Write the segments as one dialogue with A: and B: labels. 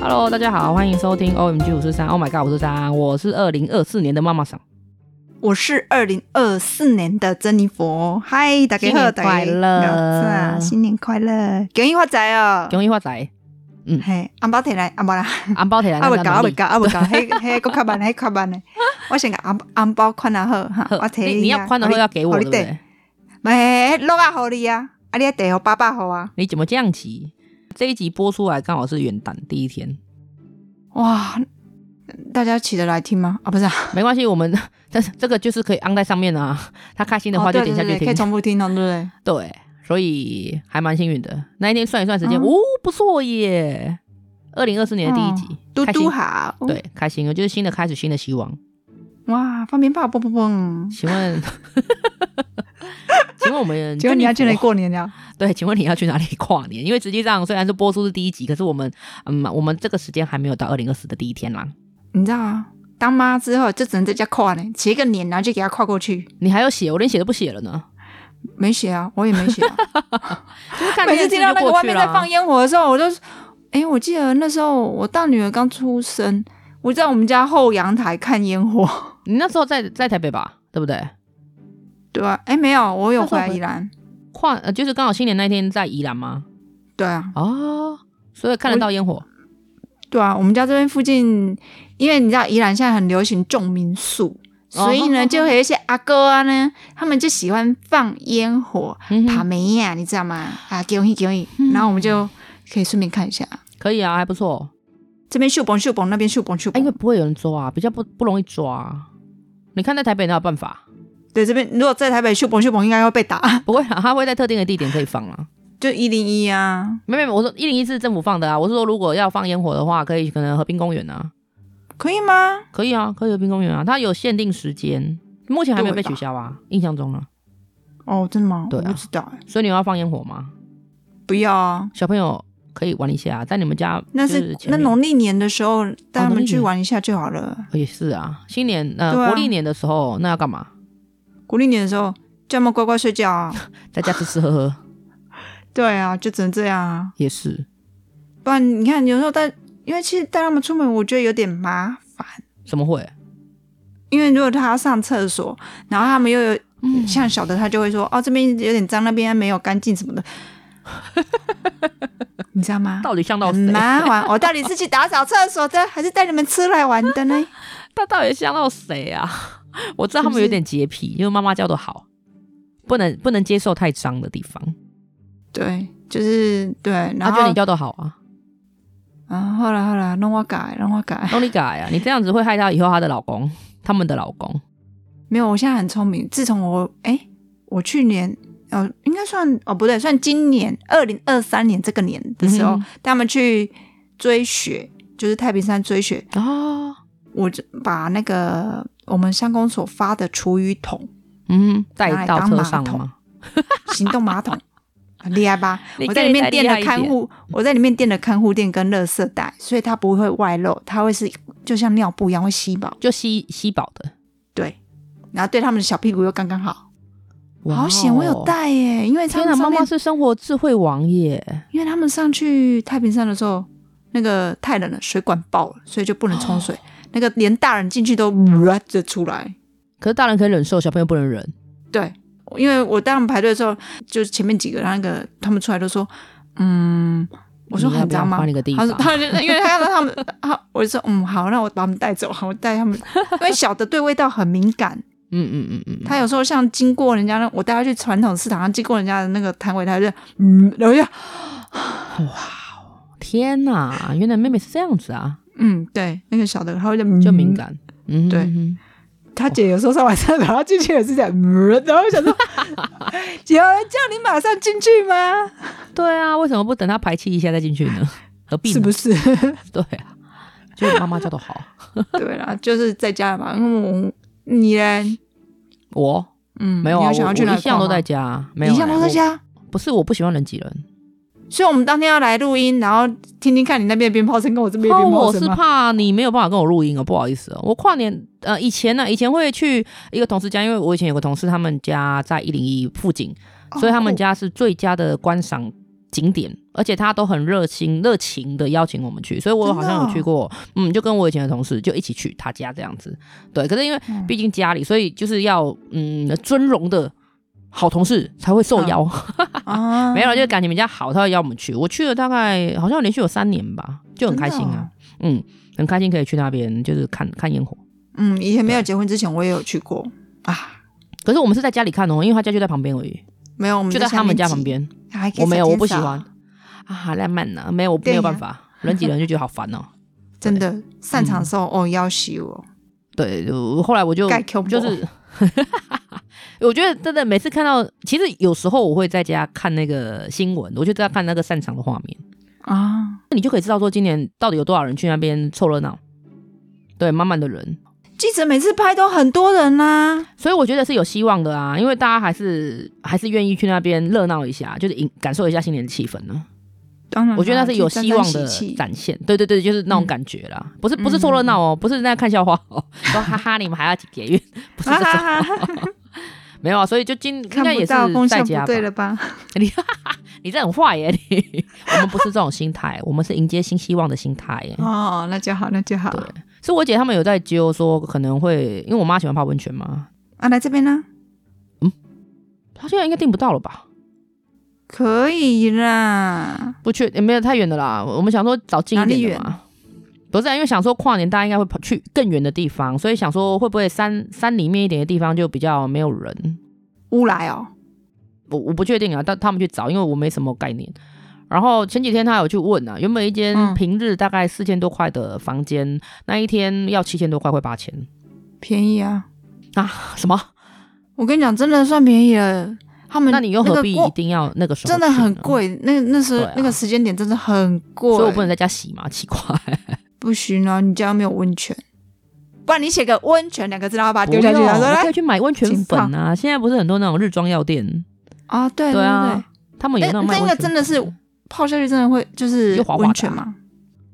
A: Hello，大家好，欢迎收听 OMG 五十三，Oh my God 五十三，我是二零二四年的妈妈桑，
B: 我是二零二四年的珍妮佛，嗨，大家好，
A: 新年快乐
B: 大家好新年快乐，恭喜发财哦！
A: 恭喜发 财，
B: 嘿，红包摕来，红包啦，
A: 红包提来，
B: 啊未到，啊未到，啊未 到，迄迄个较慢，迄较慢嘞。我先甲红红包款啊好，哈，
A: 呵
B: 我摕
A: 你你要宽的话要给我，对不对？
B: 没落啊，互你啊，啊你要得互爸爸互啊，
A: 你怎么这样急？这一集播出来刚好是元旦第一天，
B: 哇，大家起得来听吗？啊，不是啊，
A: 没关系，我们 但是这个就是可以安在上面啊，他开心的话
B: 哦
A: 就
B: 对
A: 点
B: 对
A: 下去
B: 对，可
A: 听，
B: 以重复听哦，对不对？
A: 对，所以还蛮幸运的。那一天算一算时间，
B: 嗯
A: 哦，不错耶，二零二四年的第一集，
B: 哦嘟
A: 开心
B: 嘟好，，
A: 对，开心了，就是新的开始，新的希望。
B: 哇，放鞭炮，蹦蹦蹦，
A: 请问， 请问我们，
B: 结果你要进来过年了。
A: 对，请问你要去哪里跨年？因 为实际上虽然是播出是第一集，可是我们，嗯，我们这个时间还没有到二零二四的第一天啦。
B: 你知道啊，当妈之后就只能在家跨呢，写一个年，然后就给他跨过去。
A: 你还有写，我连写都不写了呢。
B: 没写啊，我也没写、 啊。
A: 就是看
B: 每
A: 电视
B: 次
A: 剧
B: 听到
A: 就
B: 那个
A: 过
B: 外
A: 去
B: 面在
A: 了啊
B: 放。烟火的时候，我就，哎、我记得那时候我大女儿刚出生，我在我们家后阳台看烟火。
A: 你那时候在在台北吧，对不对？
B: 对啊，哎、没有，我有
A: 那时候
B: 回来
A: 回
B: 宜兰。
A: 跨呃，就是刚好新年那天在宜兰吗？
B: 对啊，
A: 哦，所以看得到烟火。
B: 对啊，我们家这边附近，因为你知道宜兰现在很流行种民宿。所以
A: 哦
B: 呢，就有一些阿哥啊呢，他们就喜欢放烟火、
A: 嗯
B: 爬
A: 哼，
B: 梅呀，你知道吗？啊，给我一给我一，然后我们就可以顺便看一下。
A: 可以啊，还不错。
B: 这边秀蹦秀蹦，那边秀蹦秀
A: 哎，
B: 蹦。
A: 因为不会有人抓，比较不不容易抓。啊你看在台北哪有办法？
B: 对这边，如果在台北秀蹦秀蹦，应该要被打，
A: 不会啦，他会在特定的地点可以放啦。啊
B: 就一零一啊，
A: 没没没，我说一零一是政府放的啊。我是说，如果要放烟火的话，可以可能河滨公园啊，
B: 可以吗？
A: 可以啊，可以河滨公园啊，它有限定时间，目前还没有被
B: 对吧
A: 取消啊，印象中啊。
B: 哦，真的吗？
A: 对啊
B: 我不知道哎，
A: 所以你们要放烟火吗？
B: 不要啊，
A: 小朋友可以玩一下，啊在你们家
B: 那
A: 就是前
B: 那
A: 面
B: 农历年的时候带他
A: 农历
B: 们去
A: 年
B: 玩一下就好了。
A: 也是啊，新年呃、
B: 对啊
A: 国历年的时候，那要干嘛？
B: 国历年的时候叫他们乖乖睡觉啊。
A: 在家吃吃喝 喝
B: 对啊，就只能这样啊，
A: 也是，
B: 不然你看有时候带，因为其实带他们出门，我觉得有点麻烦。
A: 怎么会？
B: 因为如果他要上厕所，然后他们又有、
A: 嗯
B: 像小的，他就会说哦这边有点脏，那边没有干 净什么的，你知道吗？
A: 到底像到
B: 很
A: 谁？
B: 麻烦，我到底是去打扫厕所的，还是带你们出来玩的呢？
A: 他到底像到谁啊？ 我知道他
B: 是不
A: 们
B: 是
A: 有点洁癖，因为妈妈教的好，不能不能接受太脏的地方。
B: 对，就是对，
A: 他
B: 然
A: 觉得
B: 后
A: 你教的好啊。
B: 啊，后来后来让我改，让我改，
A: 都你改啊！你这样子会害到以后她的老公，他们的老公。
B: 没有，我现在很聪明。自从我哎，我去年呃，应该算哦不对，算今年二零二三年这个年的时候，
A: 嗯哼
B: 带他们去追雪，就是太平山追雪，
A: 哦，
B: 我就把那个我们乡公所发的厨余桶、
A: 嗯，
B: 拿
A: 带
B: 来
A: 到
B: 当
A: 车
B: 马
A: 上了
B: 桶
A: 吗？
B: 行动马桶， 很厉害吧
A: 你？可
B: 我
A: 以
B: 在里面
A: 再
B: 垫
A: 厉害
B: 了
A: 一
B: 看
A: 点
B: 护，我在里面垫了看护垫跟垃圾袋，所以它不会外漏，它会是就像尿布一样会吸饱。
A: 就吸吸饱的。
B: 对，然后对他们的小屁股又刚刚好。
A: 哇
B: 好
A: 哦
B: 险，我有！带耶，因为他
A: 天
B: 们
A: 哪，
B: 上
A: 妈
B: 面
A: 妈，是生活智慧王耶！
B: 因为他们上去太平山的时候，那个太冷了，水管爆了，所以就不能冲水，
A: 哦
B: 那个连大人进去都就出来。
A: 可是大人可以忍受，小朋友不能忍。
B: 对，因为我带他们排队的时候，就是前面几个，然后那个他们出来都说，嗯，我说
A: 你要
B: 很
A: 不要
B: 脏吗
A: 换？一个地
B: 他
A: 方
B: 说，他就因为他看到他们， 他我就说嗯好，那我把他们带走，好，我带他们，因为小的对味道很敏感，
A: 嗯嗯嗯嗯，
B: 他有时候像经过人家那，我带他去传统市场，他经过人家的那个摊位，他就嗯，然后就
A: 天哪！原来妹妹是这样子啊，
B: 嗯对，那个小的他会就
A: 就
B: 就
A: 敏，感。嗯，
B: 对
A: 嗯
B: 他姐有时候上完厕所，他进去也 是这样，嗯然后我想说， 有人叫你马上进去吗？
A: 嗯对啊，为什么不等她排气一下再进去呢？何必呢？
B: 是不是？
A: 对啊，就是妈妈教的好。
B: 对啦，就是在家嘛。嗯，你嘞？
A: 我
B: 嗯，
A: 没有啊，
B: 你
A: 我
B: 想要去哪
A: 我
B: 里
A: 一向
B: 逛吗
A: 都在，家，没
B: 你
A: 有
B: 一向
A: 嘞
B: 都在。家。
A: 我不是，我不喜欢人挤人。
B: 所以我们当天要来录音，然后听听看你那边的鞭炮声跟我这边的
A: 哦，
B: 鞭炮
A: 我
B: 声
A: 是
B: 吗？
A: 怕你没有办法跟我录音哦，不好意思哦。我跨年呃，以前呢、以前会去一个同事家，因为我以前有个同事，他们家在一零一附近，所以他们
B: 哦
A: 家是最佳的观赏景点，而且他都很热心、热情的邀请我们去，所以我好像有去过，
B: 哦
A: 嗯，就跟我以前的同事就一起去他家这样子。对，可是因为
B: 嗯
A: 毕竟家里，所以就是要嗯尊荣的好同事才会
B: 嗯
A: 受邀，
B: 啊，
A: 没有啦就是感情比较好，他会邀我们去。我去了大概好像连续有三年吧，就很开心
B: 真的哦
A: 啊，嗯，很开心可以去那边就是看看烟火。
B: 嗯，以前没有结婚之前我也有去过啊，
A: 可是我们是在家里看哦，因为他家就在旁边而已，
B: 没有，我们
A: 就在他
B: 下
A: 们
B: 面
A: 家
B: 挤
A: 旁，边。
B: 还可以
A: 我没有，
B: 踩
A: 我不喜
B: 天
A: 欢
B: 扫，
A: 啊，浪漫呐、没有，我
B: 对
A: 没
B: 呀
A: 有办法，人挤人就觉得好烦哦、
B: 真的散场的时候哦要洗我，
A: 对，我后来我就
B: 盖 Q
A: 就是 我觉得真的每次看到，其实有时候我会在家看那个新闻，我就在看那个散场的画面，嗯
B: 啊，
A: 那你就可以知道说今年到底有多少人去那边凑热闹。对，满满的人，
B: 记者每次拍都很多人啊啦、
A: 所以我觉得是有希望的啊，因为大家还是还是愿意去那边热闹一下，就是引感受一下新年的气氛呢、
B: 当然啦，
A: 我觉得那是有
B: 嗯去沾
A: 希望
B: 沾
A: 的
B: 喜气嗯
A: 展现。对对对，就是那种感觉啦，不是不是凑热闹哦，不是在看笑话哦，说哈哈你们还要解约，不是
B: 啊
A: 这种，
B: 哈哈哈，
A: 没有啊。所以就今应
B: 看
A: 该也
B: 不
A: 是
B: 到风
A: 在
B: 向
A: 家
B: 不
A: 吧
B: 对。了吧？
A: 你你这很坏耶！ 你我们不是这种心态，我们是迎接新希望的心态耶。
B: 哦，那就好，那就好。
A: 嗯对是我姐他们有在揪说可能会，因为我妈喜欢泡温泉嘛，
B: 啊，来这边呢，
A: 她现在应该订不到了吧？
B: 可以啦。
A: 不去也没有太远的啦。我们想说找近一点的
B: 哪
A: 嘛。不是、啊，因为想说跨年大家应该会跑去更远的地方，所以想说会不会山山里面一点的地方就比较没有人。
B: 乌来哦，
A: 我我不确定啊，但他们去找，因为我没什么概念。然后前几天他有去问啊，原本一间
B: 嗯
A: 平日大概四千多块的房间，那一天要七千多块，快八千
B: 便宜啊！
A: 啊？什么？
B: 我跟你讲，真的算便宜了。他们
A: 那你又
B: 那
A: 何
B: 个
A: 必
B: 过
A: 一定要那个时候、
B: 真的很，贵，嗯那那时候、
A: 对啊
B: 那个时间点真的很贵，
A: 所以我不能在家洗嘛，奇怪。
B: 不行啊！你家没有温泉，不然你写个温泉两个字，然后把它 丢
A: 不
B: 下去，啊
A: 用
B: 然后说哎
A: 你可
B: 来
A: 以去买温泉粉啊！现在不是很多那种日妆药店，
B: 啊，对
A: 对
B: 对
A: 啊，他们有
B: 哎
A: 种卖
B: 那
A: 温
B: 个
A: 泉粉，
B: 真的是泡下去真的会就是
A: 就滑滑的啊
B: 温泉嘛？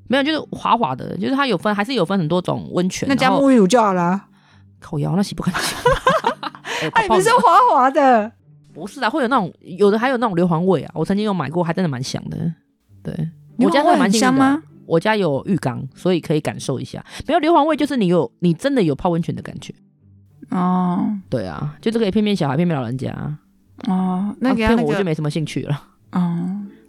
A: 没有，就是滑滑的，就是它有分，还是有分很多种温泉。
B: 那加
A: 然后
B: 沐浴乳就好了啊。
A: 口摇那洗不干 净。哎
B: 哎，你不是说滑滑的？
A: 不是啊，会有那种有的还有那种硫磺味啊，我曾经有买过，还真的蛮香的。对，我家
B: 你
A: 会
B: 会
A: 蛮
B: 很
A: 幸
B: 香
A: 运的。
B: 吗？
A: 我家有浴缸，所以可以感受一下。没有硫磺味，就是你有你真的有泡温泉的感觉。
B: 哦
A: 对啊，就这个也骗骗小孩，骗骗老人家。
B: 哦，那
A: 啊
B: 个
A: 骗
B: 要那
A: 我我就
B: 个
A: 没什么兴趣了。
B: 哦，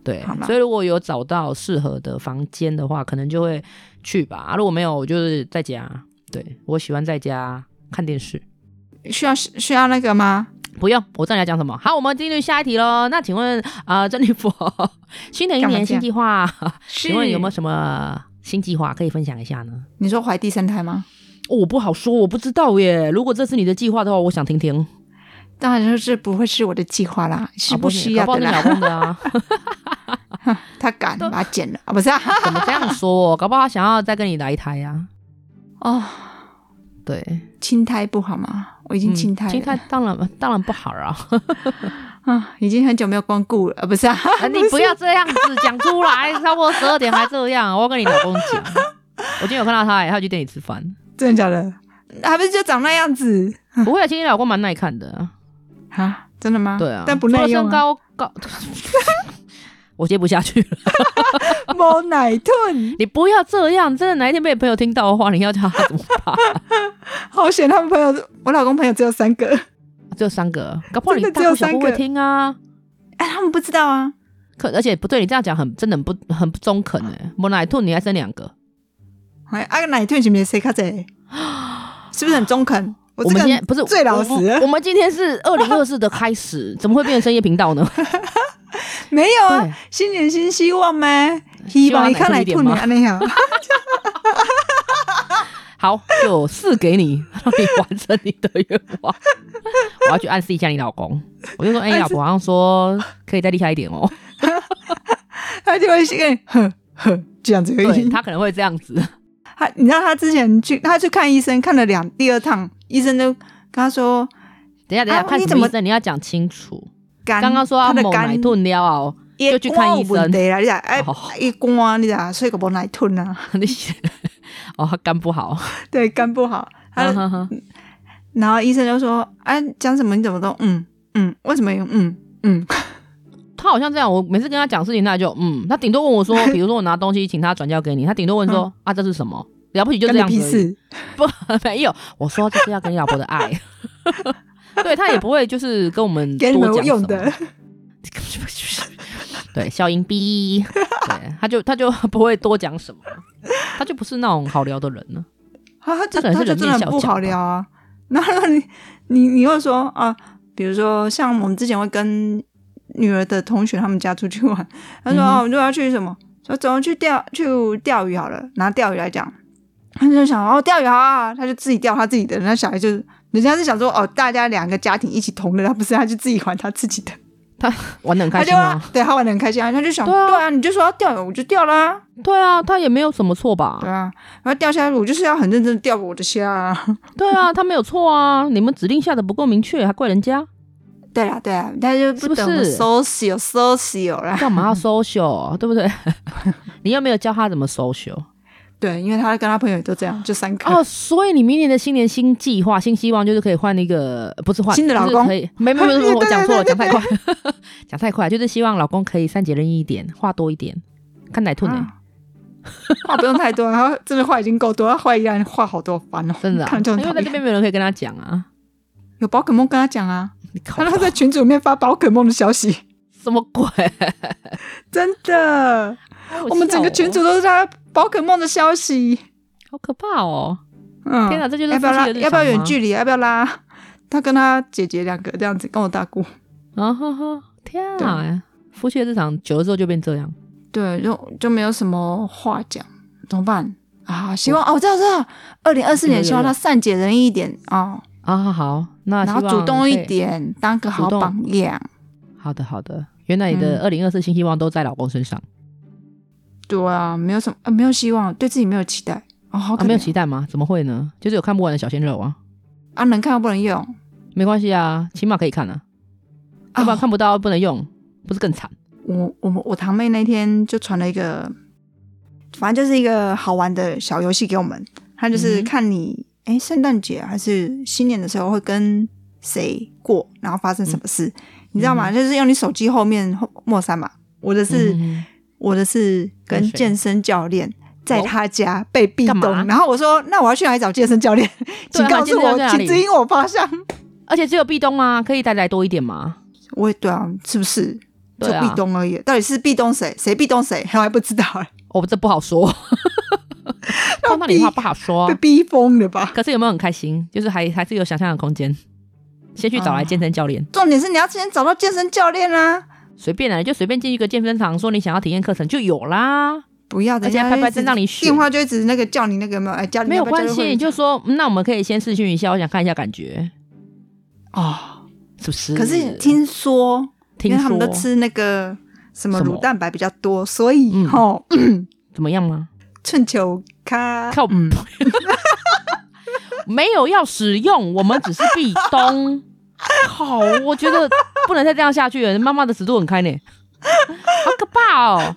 A: 对
B: 好吧，
A: 所以如果有找到适合的房间的话，可能就会去吧。啊如果没有，我就是在家。对我喜欢在家看电视。
B: 需要需要那个吗？
A: 不用，我知道你要讲什么。好，我们进入下一题喽。那请问啊，珍妮佛， 新的一
B: 干嘛
A: 年
B: 这样
A: 新计划，
B: 是
A: 请问有没有什么新计划可以分享一下呢？
B: 你说怀第三胎吗？
A: 哦我不好说，我不知道耶。如果这是你的计划的话，我想听听。
B: 当然就是不会是我的计划啦，是
A: 啊
B: 不需要
A: 搞
B: 的
A: 不好是
B: 啦
A: 你。老公的 啊？
B: 他敢把它剪了啊？不是啊？
A: 怎么这样说？搞不好他想要再跟你来一胎啊？
B: 哦，
A: 对，
B: 青苔不好吗？我已经青苔
A: 嗯
B: 了，
A: 青苔当然当然不好啊。
B: 啊，已经很久没有光顾了，啊不是啊？
A: 啊，你不要这样子讲出来，超过十二点还这样，我要跟你老公讲。我今天有看到他、欸，他有去店里吃饭。
B: 真的假的？还不是就长那样子
A: 不会啊，其实你老公蛮耐看的、啊，
B: 啊？真的吗？
A: 对啊，
B: 但不
A: 除
B: 耐
A: 了
B: 用
A: 身
B: 啊。
A: 高高， 我接不下去了。
B: 摸奶盾，
A: 你不要这样，真的哪一天被朋友听到的话，你要叫他怎么办？
B: 好险！他们朋友，我老公朋友只有三个，
A: 只有三个，搞不好你
B: 真的
A: 大
B: 只有
A: 姑小
B: 三
A: 姑
B: 个
A: 会听啊。
B: 哎，他们不知道啊。
A: 可而且不对，你这样讲很真的很不很不中肯哎、欸。我奶兔你还生两个，
B: 哎，啊，奶盾是不是谁卡谁？是不是很中肯？
A: 我
B: 我这
A: 们
B: 个
A: 今天不是
B: 最老
A: 我
B: 实
A: 们
B: 了
A: 我们今天是二零二四的开始，怎么会变成深夜频道呢？
B: 没有啊
A: 对，
B: 新年新希望吗？希望你看奶
A: 希望
B: 盾
A: 奶
B: 你
A: 盾
B: 安啊那样，
A: 好，就四给你，让你完成你的愿望。 我要去暗示一下你老公，我就说，哎、你老婆好像说可以再厉害一点哦。
B: 他就会跟你呵呵这样子而
A: 对
B: 已。
A: 他可能会这样子，
B: 他，你知道他之前去，他去看医生，看了两第二趟，医生就跟他说
A: 等一下等一下，
B: 啊
A: 看
B: 你
A: 什
B: 怎么
A: 么医生，你要讲清楚。
B: 肝，
A: 刚刚说要
B: 他的
A: 某奶
B: 肝
A: 顿撩哦，
B: 也
A: 就去看医生
B: 肝有问题啦，你知道哎
A: 哦，
B: 一关你知道，所以个无奶吞啊，
A: 你哦他肝不好，
B: 对，肝不好。他
A: 哈哈哈
B: 然后医生就说：“哎、讲什么？你怎么都嗯嗯？为什么有嗯嗯？
A: 他好像这样，我每次跟他讲事情，他就嗯，他顶多问我 说，比如说我拿东西请他转交给你，他顶多问说、
B: 嗯
A: 啊这是什么，了不起就
B: 跟
A: 这样
B: 你屁
A: 子而已，
B: 事。
A: 没有，我说这是要跟你老婆的爱， 对他也不会就是跟我 们
B: 给你
A: 多
B: 们
A: 讲
B: 用
A: 什么
B: 的，
A: 对，笑音逼，对，他就他就不会多讲什么，他就不是那种好聊的人呢。
B: 啊他他就
A: 可能
B: 他
A: 是
B: 就
A: 人
B: 真的
A: 面
B: 很不
A: 小
B: 好
A: 角吧
B: 聊啊。 然后你你你又说啊，比如说像我们之前会跟女儿的同学他们家出去玩，他说、
A: 嗯哼
B: 啊，我们就要去什么，说走去钓去钓鱼好了，拿钓鱼来讲，他就想哦钓鱼好啊，他就自己钓他自己的，那小孩就是人家是想说哦，大家两个家庭一起同乐，他不是，他就自己玩他自己的，
A: 玩的很
B: 他
A: 开
B: 就
A: 心啊，
B: 对他玩的很开心啊，他就想
A: 对啊
B: 对啊，你就说要钓鱼，我就钓啦、
A: 对啊，他也没有什么错吧
B: 对？啊，然后钓虾我就是要很认真地钓我的虾啊。
A: 对啊，他没有错啊，你们指令下的不够明确，还怪人家，
B: 对啦，对啦，但就是不
A: 不
B: 懂得
A: 是
B: social social 啦。
A: 干嘛要 social，对不对？ 你又没有教他怎么 social
B: 对，因为他跟他朋友也都这 样，就三个。
A: 哦，所以你明年的新年新计划、新希望就是可以换一个，呃不是换
B: 新的老公
A: 就是可以没 没没，
B: 对对对
A: 我讲错了，
B: 对
A: 讲太快， 讲太快，就是希望老公可以善解人意一点，话多一点，看奶吞哎、
B: 啊话不用太多，然后真的话已经够多，他话依然话 好多，烦哦。
A: 真的、啊，
B: 看这
A: 因
B: 种
A: 为
B: 讨
A: 在
B: 厌
A: 这边没有人可以跟他讲啊，
B: 有宝可梦跟他讲啊，
A: 你靠
B: 他， 都在群组里面发宝可梦的消息，
A: 什么鬼？
B: 真的，
A: 哦
B: 我们整个群组都是在宝可梦的消息。
A: 好可怕哦！
B: 嗯，
A: 天哪，这就是
B: 要不要
A: 夫妻
B: 拉？
A: 的日常
B: 要不要远
A: 吗
B: 距离？要不要拉？他跟他姐姐两个这样子，跟我大姑。
A: 啊哈哈！天啊，夫妻的日常久了之后就变这样。
B: 对，就就没有什么话讲，怎么办啊？希望哦，我知道知道，二零二四
A: 有有
B: 年希望他
A: 有
B: 善解人意一点啊、
A: 啊，好，那
B: 然后
A: 希望
B: 主动一
A: 可以。
B: 点，当个好
A: 主动
B: 榜样。
A: 好的，好的。原来你
B: 嗯
A: 的二零二四新希望都在老公身上
B: 对啊，没有什么，呃、没有希望，对自己没有期待哦，好可
A: 啊？没有
B: 怜
A: 期待吗？怎么会呢？就是有看不完的小鲜肉啊，
B: 啊，能看又不能用，
A: 没关系啊，起码可以看啊，要不然
B: 啊，
A: 看不到不能用，不是更惨？
B: 我我我堂妹那天就传了一个，反正就是一个好玩的小游戏给我们，她就
A: 嗯
B: 是
A: 哼
B: 看你哎，圣诞节还是新年的时候会跟谁过，然后发生什
A: 嗯
B: 么事，你知道吗？就是用你手机后面后末三嘛。我的是、
A: 嗯
B: 我的是
A: 跟
B: 跟
A: 谁哦
B: 健身教练在他家被壁
A: 干
B: 咚，
A: 嘛
B: 然后我说那我要去哪里找健身教练？
A: 对
B: 请
A: 啊
B: 告诉
A: 健身教
B: 我
A: 练，在哪
B: 请
A: 里
B: 指引我方向。
A: 而且只有壁咚啊，可以带来多一点嘛？
B: 我也对啊，是不是？就
A: 对啊
B: 壁咚而已，到底是壁咚谁？谁壁咚谁？我 还不知道、欸，
A: 哦，这不好说， 碰到你的话不好说啊
B: 被。逼疯了吧？
A: 可是有没有很开心？就是还还是有想象的空间。先去找来健身教 练，
B: 重点是你要先找到健身教练啦、
A: 随便来就随便进一个健身房，说你想要体验课程就有啦，
B: 不要，
A: 而且
B: 人家
A: 拍拍
B: 一直
A: 针让你选
B: 电话就一直那个叫你那个有没有？哎，教你
A: 没有
B: 要不要
A: 关
B: 教
A: 系。你
B: 你会
A: 就说、嗯那我们可以先试训一下，我想看一下感觉，
B: 哦。
A: 是不是？
B: 可是听说，因
A: 听
B: 为
A: 说
B: 他们都吃那个什么
A: 什么
B: 乳蛋白比较多，所以
A: 嗯
B: 吼、
A: 怎么样吗？
B: 春秋咖
A: 靠
B: 嗯，
A: 没有要使用，我们只是壁咚。 好，我觉得不能再这样下去了，妈妈的尺度很开呢，好可怕哦！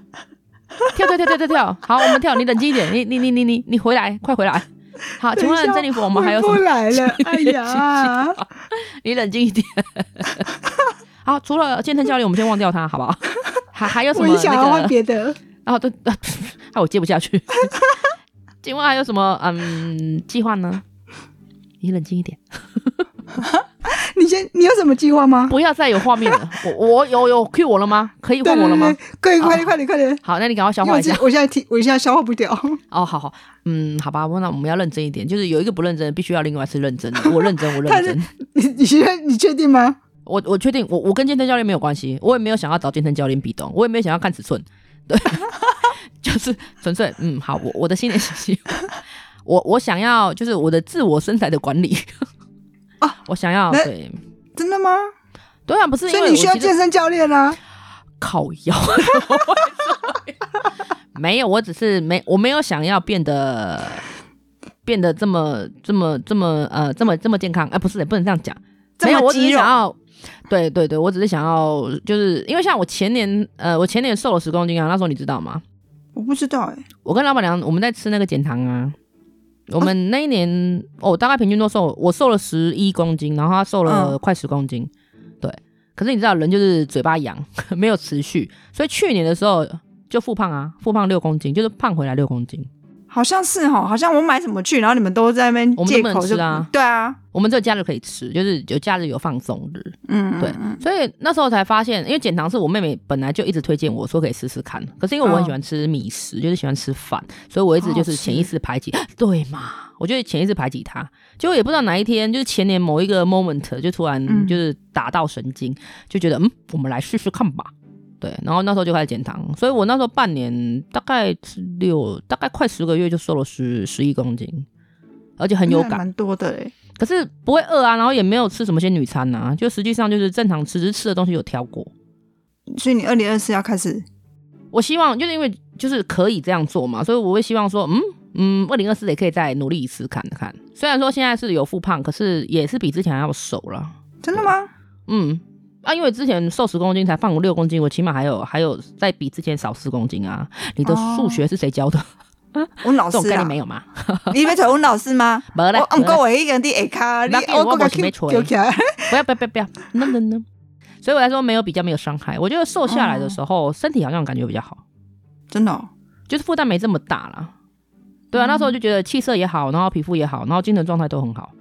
A: 跳跳跳跳跳跳，好，我们跳，你冷静一点，你你你你你你回来，快回来。好，请
B: 等一
A: 问
B: 下
A: 珍妮佛，我们还有什
B: 回
A: 么
B: 不？来了，哎呀，
A: 你冷静一点。 好，除了健身教练，我们先忘掉他，好不好？还还有什
B: 我
A: 么
B: 也想要
A: 那
B: 换
A: 个？
B: 别的。
A: 哦，对， 啊，害我接不下去。 请问还有什么嗯计划呢？你冷静一点，
B: 你先，你有什么计划吗？
A: 不要再有画面了。我我有有 cue 我了吗？可以
B: 对
A: 换
B: 对
A: 我了吗
B: 对？，快
A: 哦
B: 快点快点快点！
A: 好，那你赶快消
B: 因为
A: 化
B: 我
A: 一
B: 现
A: 下。
B: 我现在提，我现在消化不掉。
A: 哦，好好，嗯，好吧，那我们要认真一点，就是有一个不认真，必须要另外一次认真。 我认真，我
B: 他
A: 认
B: 是
A: 真。
B: 你你确你确定吗？
A: 我我确定，我我跟健身教练没有关系，我也没有想要找健身教练比懂，我也没有想要看尺寸，对， 就是纯粹嗯，好，我我的新年信息，我我想要就是我的自我身材的管理
B: 啊，
A: 我想要
B: 那
A: 对
B: 真的吗？
A: 对啊，不是因
B: 所
A: 为
B: 以
A: 我
B: 你需要
A: 其实
B: 健身教练啊。
A: 靠腰， 没有，我只是没我没有想要变得变得这么这么这么呃这么这么健康，哎、不是不能这样讲。
B: 这
A: 没有，
B: 么
A: 我只
B: 肌
A: 是
B: 肉
A: 想要，对对对，我只是想要，就是因为像我前年，呃，我前年瘦了十公斤啊，那时候你知道吗？
B: 我不知道哎、
A: 我跟老板娘我们在吃那个减糖啊，我们那一年、哦，我大概平均都瘦，我瘦了十一公斤，然后她瘦了快十公斤，对。可是你知道，人就是嘴巴痒， 没有持续，所以去年的时候就复胖啊，复胖六公斤，就是胖回来六公斤。
B: 好像是哈，好像我买什么去，然后你们都在那边
A: 我们都
B: 借
A: 不能
B: 口就
A: 吃啊
B: 对啊，
A: 我们只有假日可以吃，就是有假日有放松日，
B: 嗯，
A: 对，所以那时候才发现，因为减糖是我妹妹本来就一直推荐我说可以试试看，可是因为我很喜欢吃米食，就是喜欢吃饭，所以我一直就是潜意识排挤，
B: 哦
A: 对嘛？我就潜意识排挤她，结果也不知道哪一天，就是前年某一个 moment 就突然
B: 嗯
A: 就是打到神经，就觉得嗯，我们来试试看吧。对，然后那时候就开始减糖，所以我那时候半年大概是六，大概快十个月就瘦了十十一公斤，而且很有
B: 那还
A: 感。
B: 蛮多的欸嘞。
A: 可是不会饿啊，然后也没有吃什么仙女餐啊，就实际上就是正常吃，只是吃的东西有挑过。
B: 所以你二零二四要开始，
A: 我希望就是因为就是可以这样做嘛，所以我会希望说，嗯嗯，二零二四也可以再努力试看看。虽然说现在是有复胖，可是也是比之前要瘦了。
B: 真的吗？
A: 嗯，啊，因为之前瘦十公斤才胖六公斤，我起码还有还有再比之前少四公斤啊。你的
B: 哦
A: 数学是谁教的？
B: 温老
A: 这种
B: 师
A: 概
B: 啊哦
A: 念，没有吗？
B: 你要找温老 师吗？
A: 没啦
B: 我
A: 没
B: 唔
A: 啦
B: 过我一个人伫下骹，
A: 不要紧
B: 你
A: 我
B: 我
A: 没
B: 讲
A: 想要
B: 起
A: 找
B: 叫起来，
A: 不要不要不要不要，no no no。所以我来说，没有比较，没有伤害。我觉得瘦下来的时候，身体好像感觉比较好，
B: 真的哦
A: 就是负担没这么大啦。对啊，那时候就觉得气色也好，然后皮肤也好，然后精神状态都很好。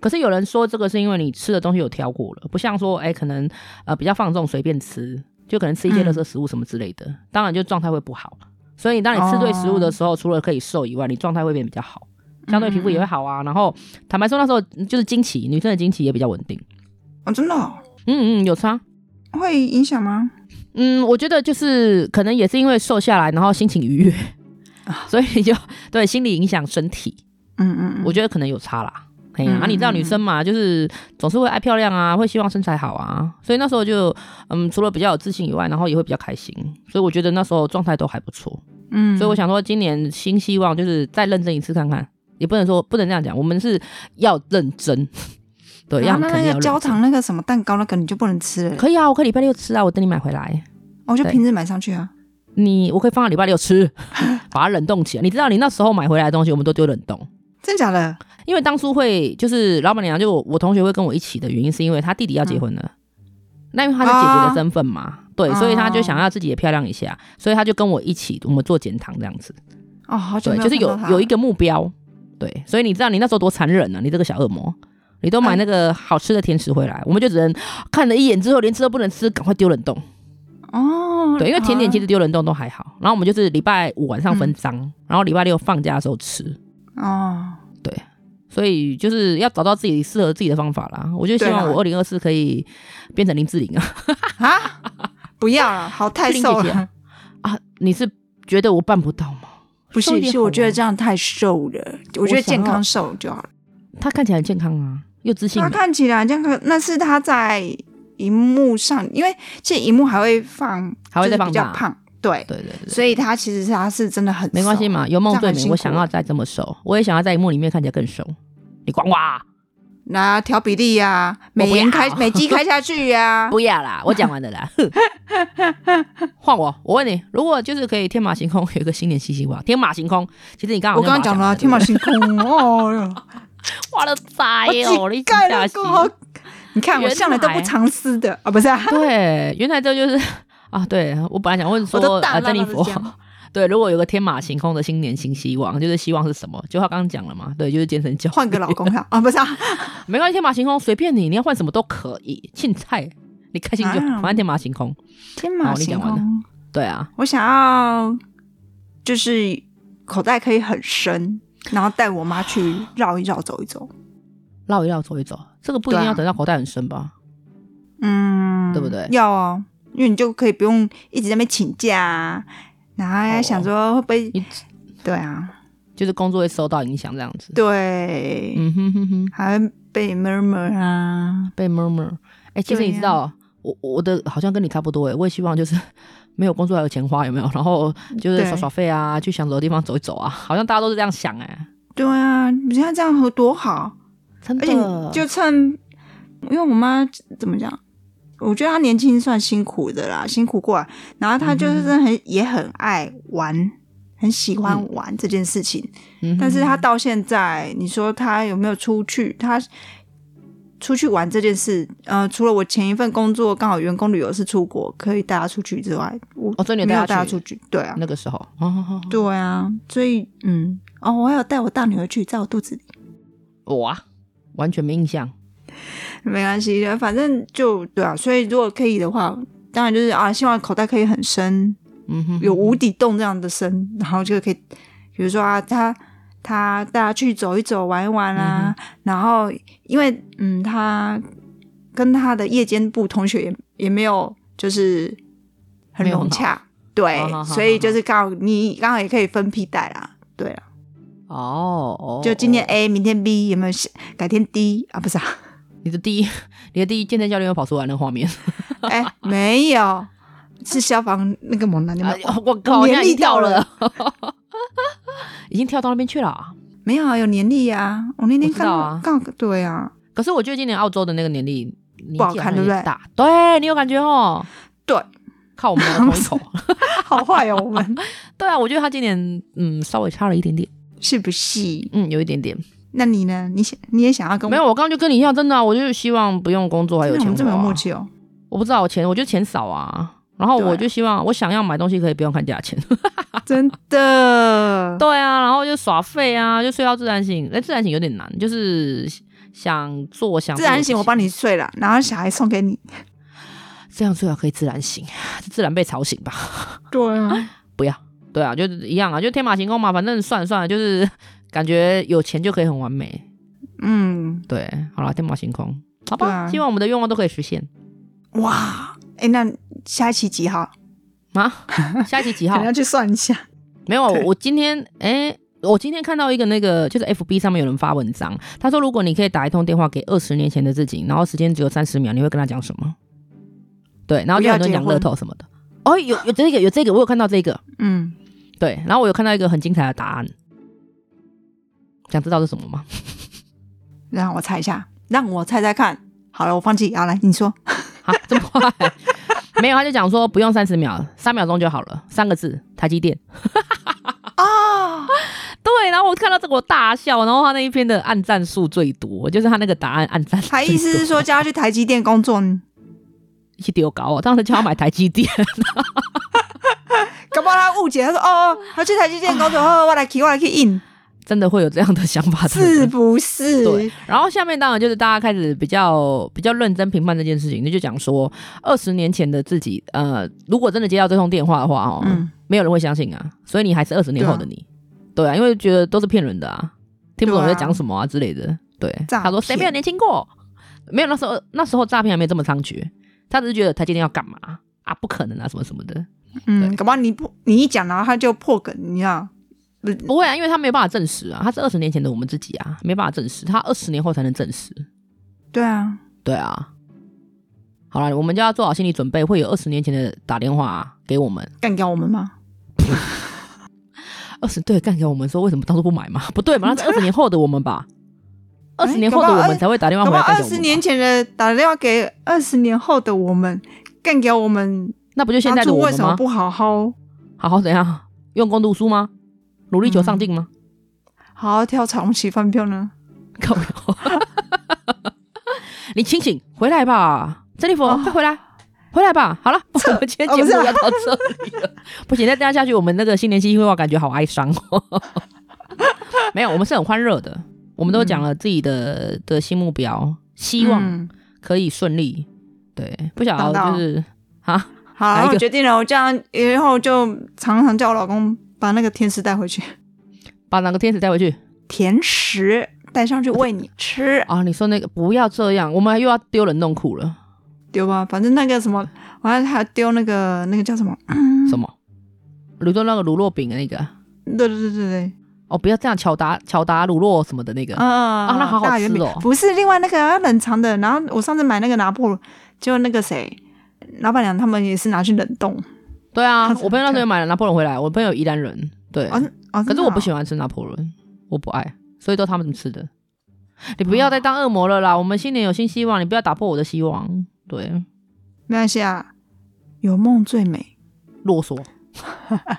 A: 可是有人说这个是因为你吃的东西有挑过了，不像说哎、可能呃比较放纵随便吃，就可能吃一些
B: 嗯
A: 垃圾食物什么之类的，当然就状态会不好。所以你当你吃对食物的时候，除了可以瘦以外，你状态会变比较好，相对皮肤也会好啊。然后坦白说，那时候嗯就是经期，女生的经期也比较稳定。
B: 哦，真的哦
A: 嗯嗯，有差。
B: 会影响吗？
A: 嗯，我觉得就是可能也是因为瘦下来，然后心情愉悦，
B: 啊
A: 所以你就对心理影响身体，
B: 嗯嗯，
A: 我觉得可能有差啦。哎呀、啊，
B: 嗯
A: 你知道女生嘛，就是总是会爱漂亮啊，会希望身材好啊，所以那时候就嗯，除了比较有自信以外，然后也会比较开心，所以我觉得那时候状态都还不错。
B: 嗯，
A: 所以我想说，今年新希望就是再认真一次看看，也不能说不能这样讲，我们是要认真， 对，
B: 啊
A: 要
B: 那
A: 肯定
B: 那
A: 要
B: 个
A: 认
B: 焦
A: 真。
B: 糖那个什么蛋糕那个你就不能吃了，
A: 可以啊，我可以礼拜六吃啊，我等你买回来。
B: 我就
A: 对
B: 平日买上去啊。
A: 你我可以放到礼拜六吃，把它冷冻起来。你知道，你那时候买回来的东西，我们都丢冷冻，
B: 真假的？
A: 因为当初会就是老板娘就我我同学会跟我一起的原因，是因为她弟弟要结婚了，那因为她是姐姐的身份嘛，对，
B: 哦
A: 所以她就想要自己也漂亮一下，所以她就跟我一起我们做减糖这样子，
B: 哦，好久
A: 对，
B: 没
A: 就是有
B: 看到它
A: 有一个目标，对，所以你知道你那时候多残忍啊，你这个小恶魔。你都买那个好吃的甜食回来，我们就只能看了一眼之后，连吃都不能吃，赶快丢冷冻。
B: 哦，
A: 对，因为甜点其
B: 实
A: 实丢冷冻都还好。然后我们就是礼拜五晚上分赃，
B: 嗯
A: 然后礼拜六放假的时候吃。
B: 哦，
A: 所以就是要找到自己适合自己的方法啦。我就希望
B: 对啊
A: 我二零二四可以变成林志玲啊
B: 啊，不要了，好太
A: 玲
B: 瘦
A: 姐姐
B: 了，
A: 啊！你是觉得我办不到吗？
B: 不
A: 瘦一
B: 是，
A: 点
B: 是
A: 好
B: 我觉
A: 吗
B: 得这样太瘦了，我觉
A: 我
B: 得
A: 想
B: 健
A: 要
B: 康瘦就好了。
A: 她看起来很健康啊，又自信
B: 他
A: 嘛。
B: 看起来这样，那是他在荧幕上，因为其实荧幕还会放，
A: 还会再放
B: 就是比
A: 大
B: 较胖，对，
A: 对对对，
B: 所以他其实是他是真的很
A: 没关系
B: 瘦
A: 嘛，有梦
B: 这
A: 最
B: 样很
A: 美。
B: 辛苦啊
A: 我想要再这么瘦，我也想要在荧幕里面看起来更瘦。你管我、啊？
B: 那调比例呀、美
A: 不
B: 颜
A: 要
B: 开美肌开下去啊呀、
A: 不要啦， 我讲完了啦。 哼换我，我问你，如果就是可以天马行空，有一个新年新希望，天马行空。其实你刚好
B: 我
A: 就
B: 刚
A: 把它
B: 刚讲了
A: 完
B: 啊，天马
A: 对不对
B: 行空 哦哟，
A: 我的仔哦，
B: 我
A: 你
B: 只盖
A: 真
B: 了
A: 是
B: 个好，你看我
A: 原
B: 向来都不
A: 来
B: 藏私的啊，不是、啊，
A: 对，原来这就是啊，对我本来想问
B: 我
A: 说，
B: 都大
A: 呃，
B: 大
A: 珍妮
B: 的
A: 佛，
B: 讲，
A: 对，如果有个天马行空的新年新希望，就是希望是什么？就他刚刚讲了嘛，对，就是健身教，
B: 换 个老公啊，啊，不是、啊，
A: 没关系，天马行空随便你，你要换什么都可以，青菜你开心就好，
B: 啊
A: 反正天马行空，
B: 天马
A: 好你
B: 行
A: 讲完了
B: 空，
A: 对啊，
B: 我想要就是口袋可以很深，然后带我妈去绕一绕走一走，
A: 绕一绕，走一走，这个不一
B: 啊
A: 定要等到口袋很深吧？
B: 嗯，
A: 对不对
B: 要哦，因为你就可以不用一直在那边请假啊，然后还想说会不会、
A: 你
B: 对啊，
A: 就是工作会受到影响这样子，
B: 对，
A: 嗯哼哼哼。
B: 还会被 murmur 啊，
A: 被 murmur。哎、其实
B: 对
A: 你
B: 呀
A: 知道，我我的好像跟你差不多哎，我也希望就是 没有工作还有钱花，有没有？ 然后就是
B: 对
A: 耍耍费啊，去想走的地方走一走啊， 好像大家都是这样想哎，
B: 对啊，你现在这样多好，
A: 真
B: 而且
A: 的
B: 哎你就趁，因为我妈怎么讲？我觉得她年轻算辛苦的啦，辛苦过来，然后她就是真的很、也很爱玩，很喜欢玩这件事情。
A: 嗯嗯哼
B: 但是她到现在，你说她有没有出去？她出去玩这件事，呃，除了我前一份工作刚好员工旅游是出国，可以带他出去之外，我
A: 哦，所以你有带
B: 没有
A: 他
B: 带他
A: 去
B: 出去，对啊，
A: 那个时候， 哦哦
B: 对啊，所以嗯，哦，我还有带我大女儿去，在我肚子里，
A: 哦哇，完全没印象。
B: 没关系，反正就对啊，所以如果可以的话，当然就是啊，希望口袋可以很深，
A: 嗯哼，
B: 有无底洞这样的深，然后就可以，比如说啊，他他带他去走一走、玩一玩啊，然后因为嗯，他跟他的夜间部同学也也没有就是很
A: 没有很
B: 融洽，对
A: 好好，好
B: 所以
A: 好
B: 就是刚好你刚好也可以分批带啦，对啊。
A: 哦哦，
B: 就今天
A: 哦
B: A，明天 B，有没有下改天 D 啊？不是啊，
A: 你的第一， 你的第一健身教练又跑出来那个画面，
B: 哎、没有，是消防那个猛男，你们、
A: 哎呦 我靠，
B: 年
A: 吓
B: 龄
A: 一跳
B: 到了
A: 了， 已经跳到那边去了啊。
B: 没有啊？有年历啊，我那天
A: 我知
B: 看
A: 道
B: 到
A: 啊
B: 刚好对啊，
A: 可是我觉得今年澳洲的那个年龄年纪
B: 不好看
A: 像有
B: 对不对
A: 点大，对你有感觉哦？
B: 对，
A: 靠我们两 个同一口。
B: 好坏哦，我们
A: 对啊，我觉得他今年嗯稍微差了一点点，
B: 是不是？
A: 嗯有一点点。
B: 那你呢？你想你也想要跟我
A: 没有，我刚刚就跟你一样，真的啊、我就是希望不用工作还有
B: 真的
A: 钱花、啊
B: 我们这么有默契哦？
A: 我不知道，我钱我觉得钱少啊，然后
B: 对
A: 我就希望我想要买东西可以不用看价钱。
B: 真的，
A: 对啊，然后就耍废啊，就睡到自然醒。哎、自然醒有点难，就是想做想
B: 自
A: 做的
B: 然
A: 事
B: 醒我
A: 情
B: 帮你睡了，然后小孩送给你。
A: 这样最好可以自然醒，自然被吵醒吧。
B: 对啊，
A: 对啊，就是一样啊，就天马行空嘛，反正算了算了，就是 感觉有钱就可以很完美。
B: 嗯，
A: 对，好了，天马行空，好
B: 对
A: 吧，
B: 啊
A: 希望我们的愿望都可以实现
B: 哇，哎、那下一期几号？
A: 啊。下一期几
B: 可
A: 号
B: 能？要去算一下。
A: 没有，
B: 对
A: 我今天哎、我今天看到一个那个，就是 F B 上面有人发文章，他说如果你可以打一通电话给二十年前的自己，然后时间只有三十秒，你会跟他讲什么？对，然后就有很多人讲乐透什么的。哦，有有这个有这个，我有看到这个。
B: 嗯，
A: 对，然后我有看到一个很精彩的答案，想知道是什么吗？
B: 让我猜一下，让我猜猜看。好了，我放弃。好，来你说。
A: 啊，这么快？没有，他就讲说不用三十秒，三秒钟就好了，三个字，台积电。
B: 啊，
A: 对，然后我看到这个我大笑，然后他那一篇的按赞数最多，就是他那个答案按赞。
B: 他意思 是说叫他去台积电工作，嗯
A: 去丢高哦，当时叫他买台积电，
B: 搞不好他误解，他说哦，他去台积电工作，
A: 啊
B: 哦，我来去，我来去印，
A: 真的会有这样的想法的
B: 是
A: 人。
B: 不是？
A: 对，然后下面当然就是大家开始比较比较认真评判这件事情，那就讲说二十年前的自己，呃，如果真的接到这通电话的话，哦，
B: 嗯，
A: 没有人会相信啊，所以你还是二十年后的你，对啊，因为觉得都是骗人的啊，听不懂我在讲什么啊之类的，对，
B: 诈骗
A: 他说谁没有年轻过？没有那时候那时候诈骗还没这么猖獗，他只是觉得台积电要干嘛啊，不可能啊，什么什么的，
B: 嗯，搞不好你不你一讲，然后他就破梗，你知道？
A: 不会啊，因为他没有办法证实啊，他是二十年前的我们自己啊，没办法证实，他二十年后才能证实。
B: 对啊，
A: 对啊，好了，我们就要做好心理准备，会有二十年前的打电话、给我们，
B: 干掉我们吗？
A: 二十对干给我们说为什么当初不买嘛？ 不对嘛，那是二十年后的我们 吧？
B: 哎
A: 二十年后的我们才会打电话
B: 搞
A: 回
B: 不
A: 来
B: 好
A: 干
B: 二
A: 给我
B: 十
A: 们
B: 年
A: 吧，
B: 前的打电话给二十年后的我们，干掉我们
A: 那不就现
B: 当
A: 在的
B: 初
A: 我
B: 为
A: 们
B: 什么
A: 吗？
B: 不好好
A: 好好怎样？用功读书吗？努力求上进吗？
B: 好好跳长期饭票呢？
A: 靠腰！你清醒回来吧，珍妮佛，
B: 哦
A: 快回来，回来吧。 好了，我们今天
B: 哦
A: 节
B: 不
A: 目
B: 是啊啊
A: 要到这里了。不行，再这样下去，我们那个新年新希望感觉好哀伤哦。 没有，我们是很欢乐的，我们都讲了自己的、的新目标，希望
B: 嗯
A: 可以顺利。对，不晓
B: 达
A: 得
B: 到
A: 就是啊，
B: 好
A: 哪一
B: 了，
A: 个
B: 我决定了，我这样以后就常常叫我老公把那个甜食带回去，
A: 把哪个天使带回去
B: 甜食带上去喂你吃，
A: 啊？你说那个不要这样，我们又要丢冷冻库了，
B: 丢吧，反正那个什么，我还还丢那个那个叫什么？
A: 什么？你说那个乳酪饼的那个啊。
B: 对对对对对，
A: 哦，不要这样，巧达巧达乳酪什么的那个，
B: 啊啊
A: 那好好
B: 大圆饼
A: 吃哦
B: 不是另外那个啊冷藏的，然后我上次买那个拿破仑，就那个谁，老板娘他们也是拿去冷冻。
A: 对啊
B: 它，是
A: 我朋友那时候也买了拿破仑回来，我朋友宜兰人，对，
B: 哦哦，
A: 可是我不喜
B: 欢。
A: 欢吃拿破仑，我不爱，所以都他们吃的。你不要
B: 啊
A: 再当恶魔了啦！我们新年有新希望，你不要打破我的希望。对，
B: 没关系啊，有梦最美。
A: 啰嗦，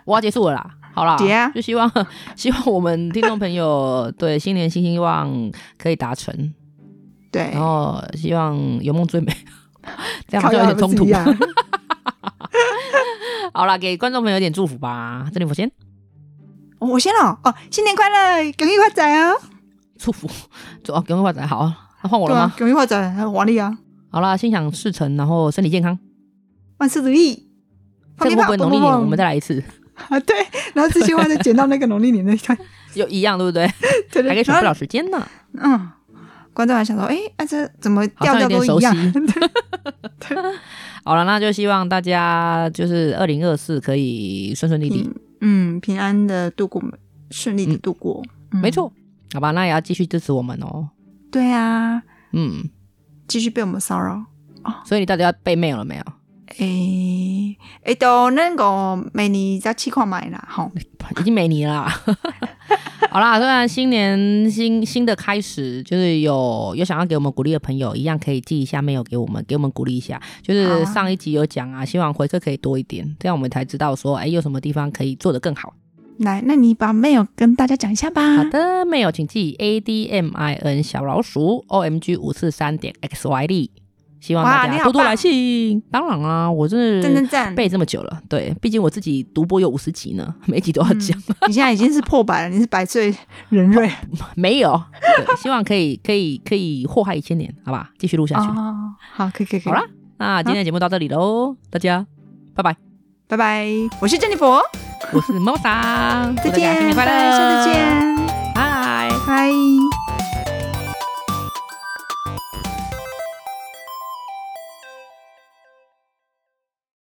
A: 我要结束了啦。好啦，
B: 结啊
A: 就希望 希望我们听众朋友对新年新希望可以达成。
B: 对，
A: 然后希望有梦最美，哦 这样好
B: 靠
A: 像有
B: 腰
A: 点冲
B: 不
A: 突
B: 是一。样
A: 好啦，给观众朋友一点祝福吧。这里我先
B: 哦我先了哦，新年快乐，恭喜发财啊！
A: 祝福， 祝哦，给我发展好啊，那换我
B: 对
A: 了
B: 啊
A: 吗？，
B: 恭喜发财，很华丽啊，
A: 好啦，心想事成，然后身体健康。
B: 万事如意。
A: 这个会不会农
B: 砰砰
A: 历
B: 砰
A: 年
B: 砰
A: 我们再来一次？
B: 啊，对，然后这句话再剪到那个农历年 的一段，
A: 又一样对不对？
B: 对对，
A: 还可以省
B: 然
A: 不
B: 后
A: 了时间呢。
B: 嗯，观众还想说，哎、啊这怎么
A: 好
B: 调
A: 像有点
B: 调都一
A: 熟
B: 样？
A: 悉好了，那就希望大家就是二零二四可以顺顺利利。
B: 平 嗯平安的度过，顺利的度过，嗯
A: 没，错，好吧，那也要继续支持我们哦。
B: 对啊，
A: 嗯，
B: 继续被我们骚扰。
A: 所以你到底要被 mail 了没有？
B: 诶、诶，都能够每年再试看买啦，吼，
A: 已经没你啦。好啦，虽然新年新新的开始，就是有有想要给我们鼓励的朋友，一样可以寄一下 mail 给我们，给我们鼓励一下。就是
B: 好啊
A: 上一集有讲啊，希望回馈可以多一点，这样我们才知道说，哎，有什么地方可以做得更好。
B: 来，那你把 mail 跟大家讲一下吧。
A: 好的，mail 请寄 a d m i n 小老鼠 o m g 五四三点 x y d，希望大
B: 哇你
A: 家
B: 好
A: 多多
B: 棒
A: 来信。当然啦、我是
B: 赞赞赞！
A: 背这么久了，对，毕竟我自己独播有五十集呢，每一集都要
B: 嗯
A: 讲。
B: 你现在已经是破百了，你是百岁人瑞
A: 没有，对， 希望可以可以可以祸害一千年，好吧，继续录下去。
B: 哦。好，可以可以可
A: 好
B: 以，
A: 啦，，那今天的节目到这里喽，大家拜拜，
B: 拜拜，我是珍妮佛，
A: 我是猫桑，
B: 再
A: 祝大家
B: 见，
A: 新年快乐，
B: 拜下次，见，
A: 拜。
B: 拜。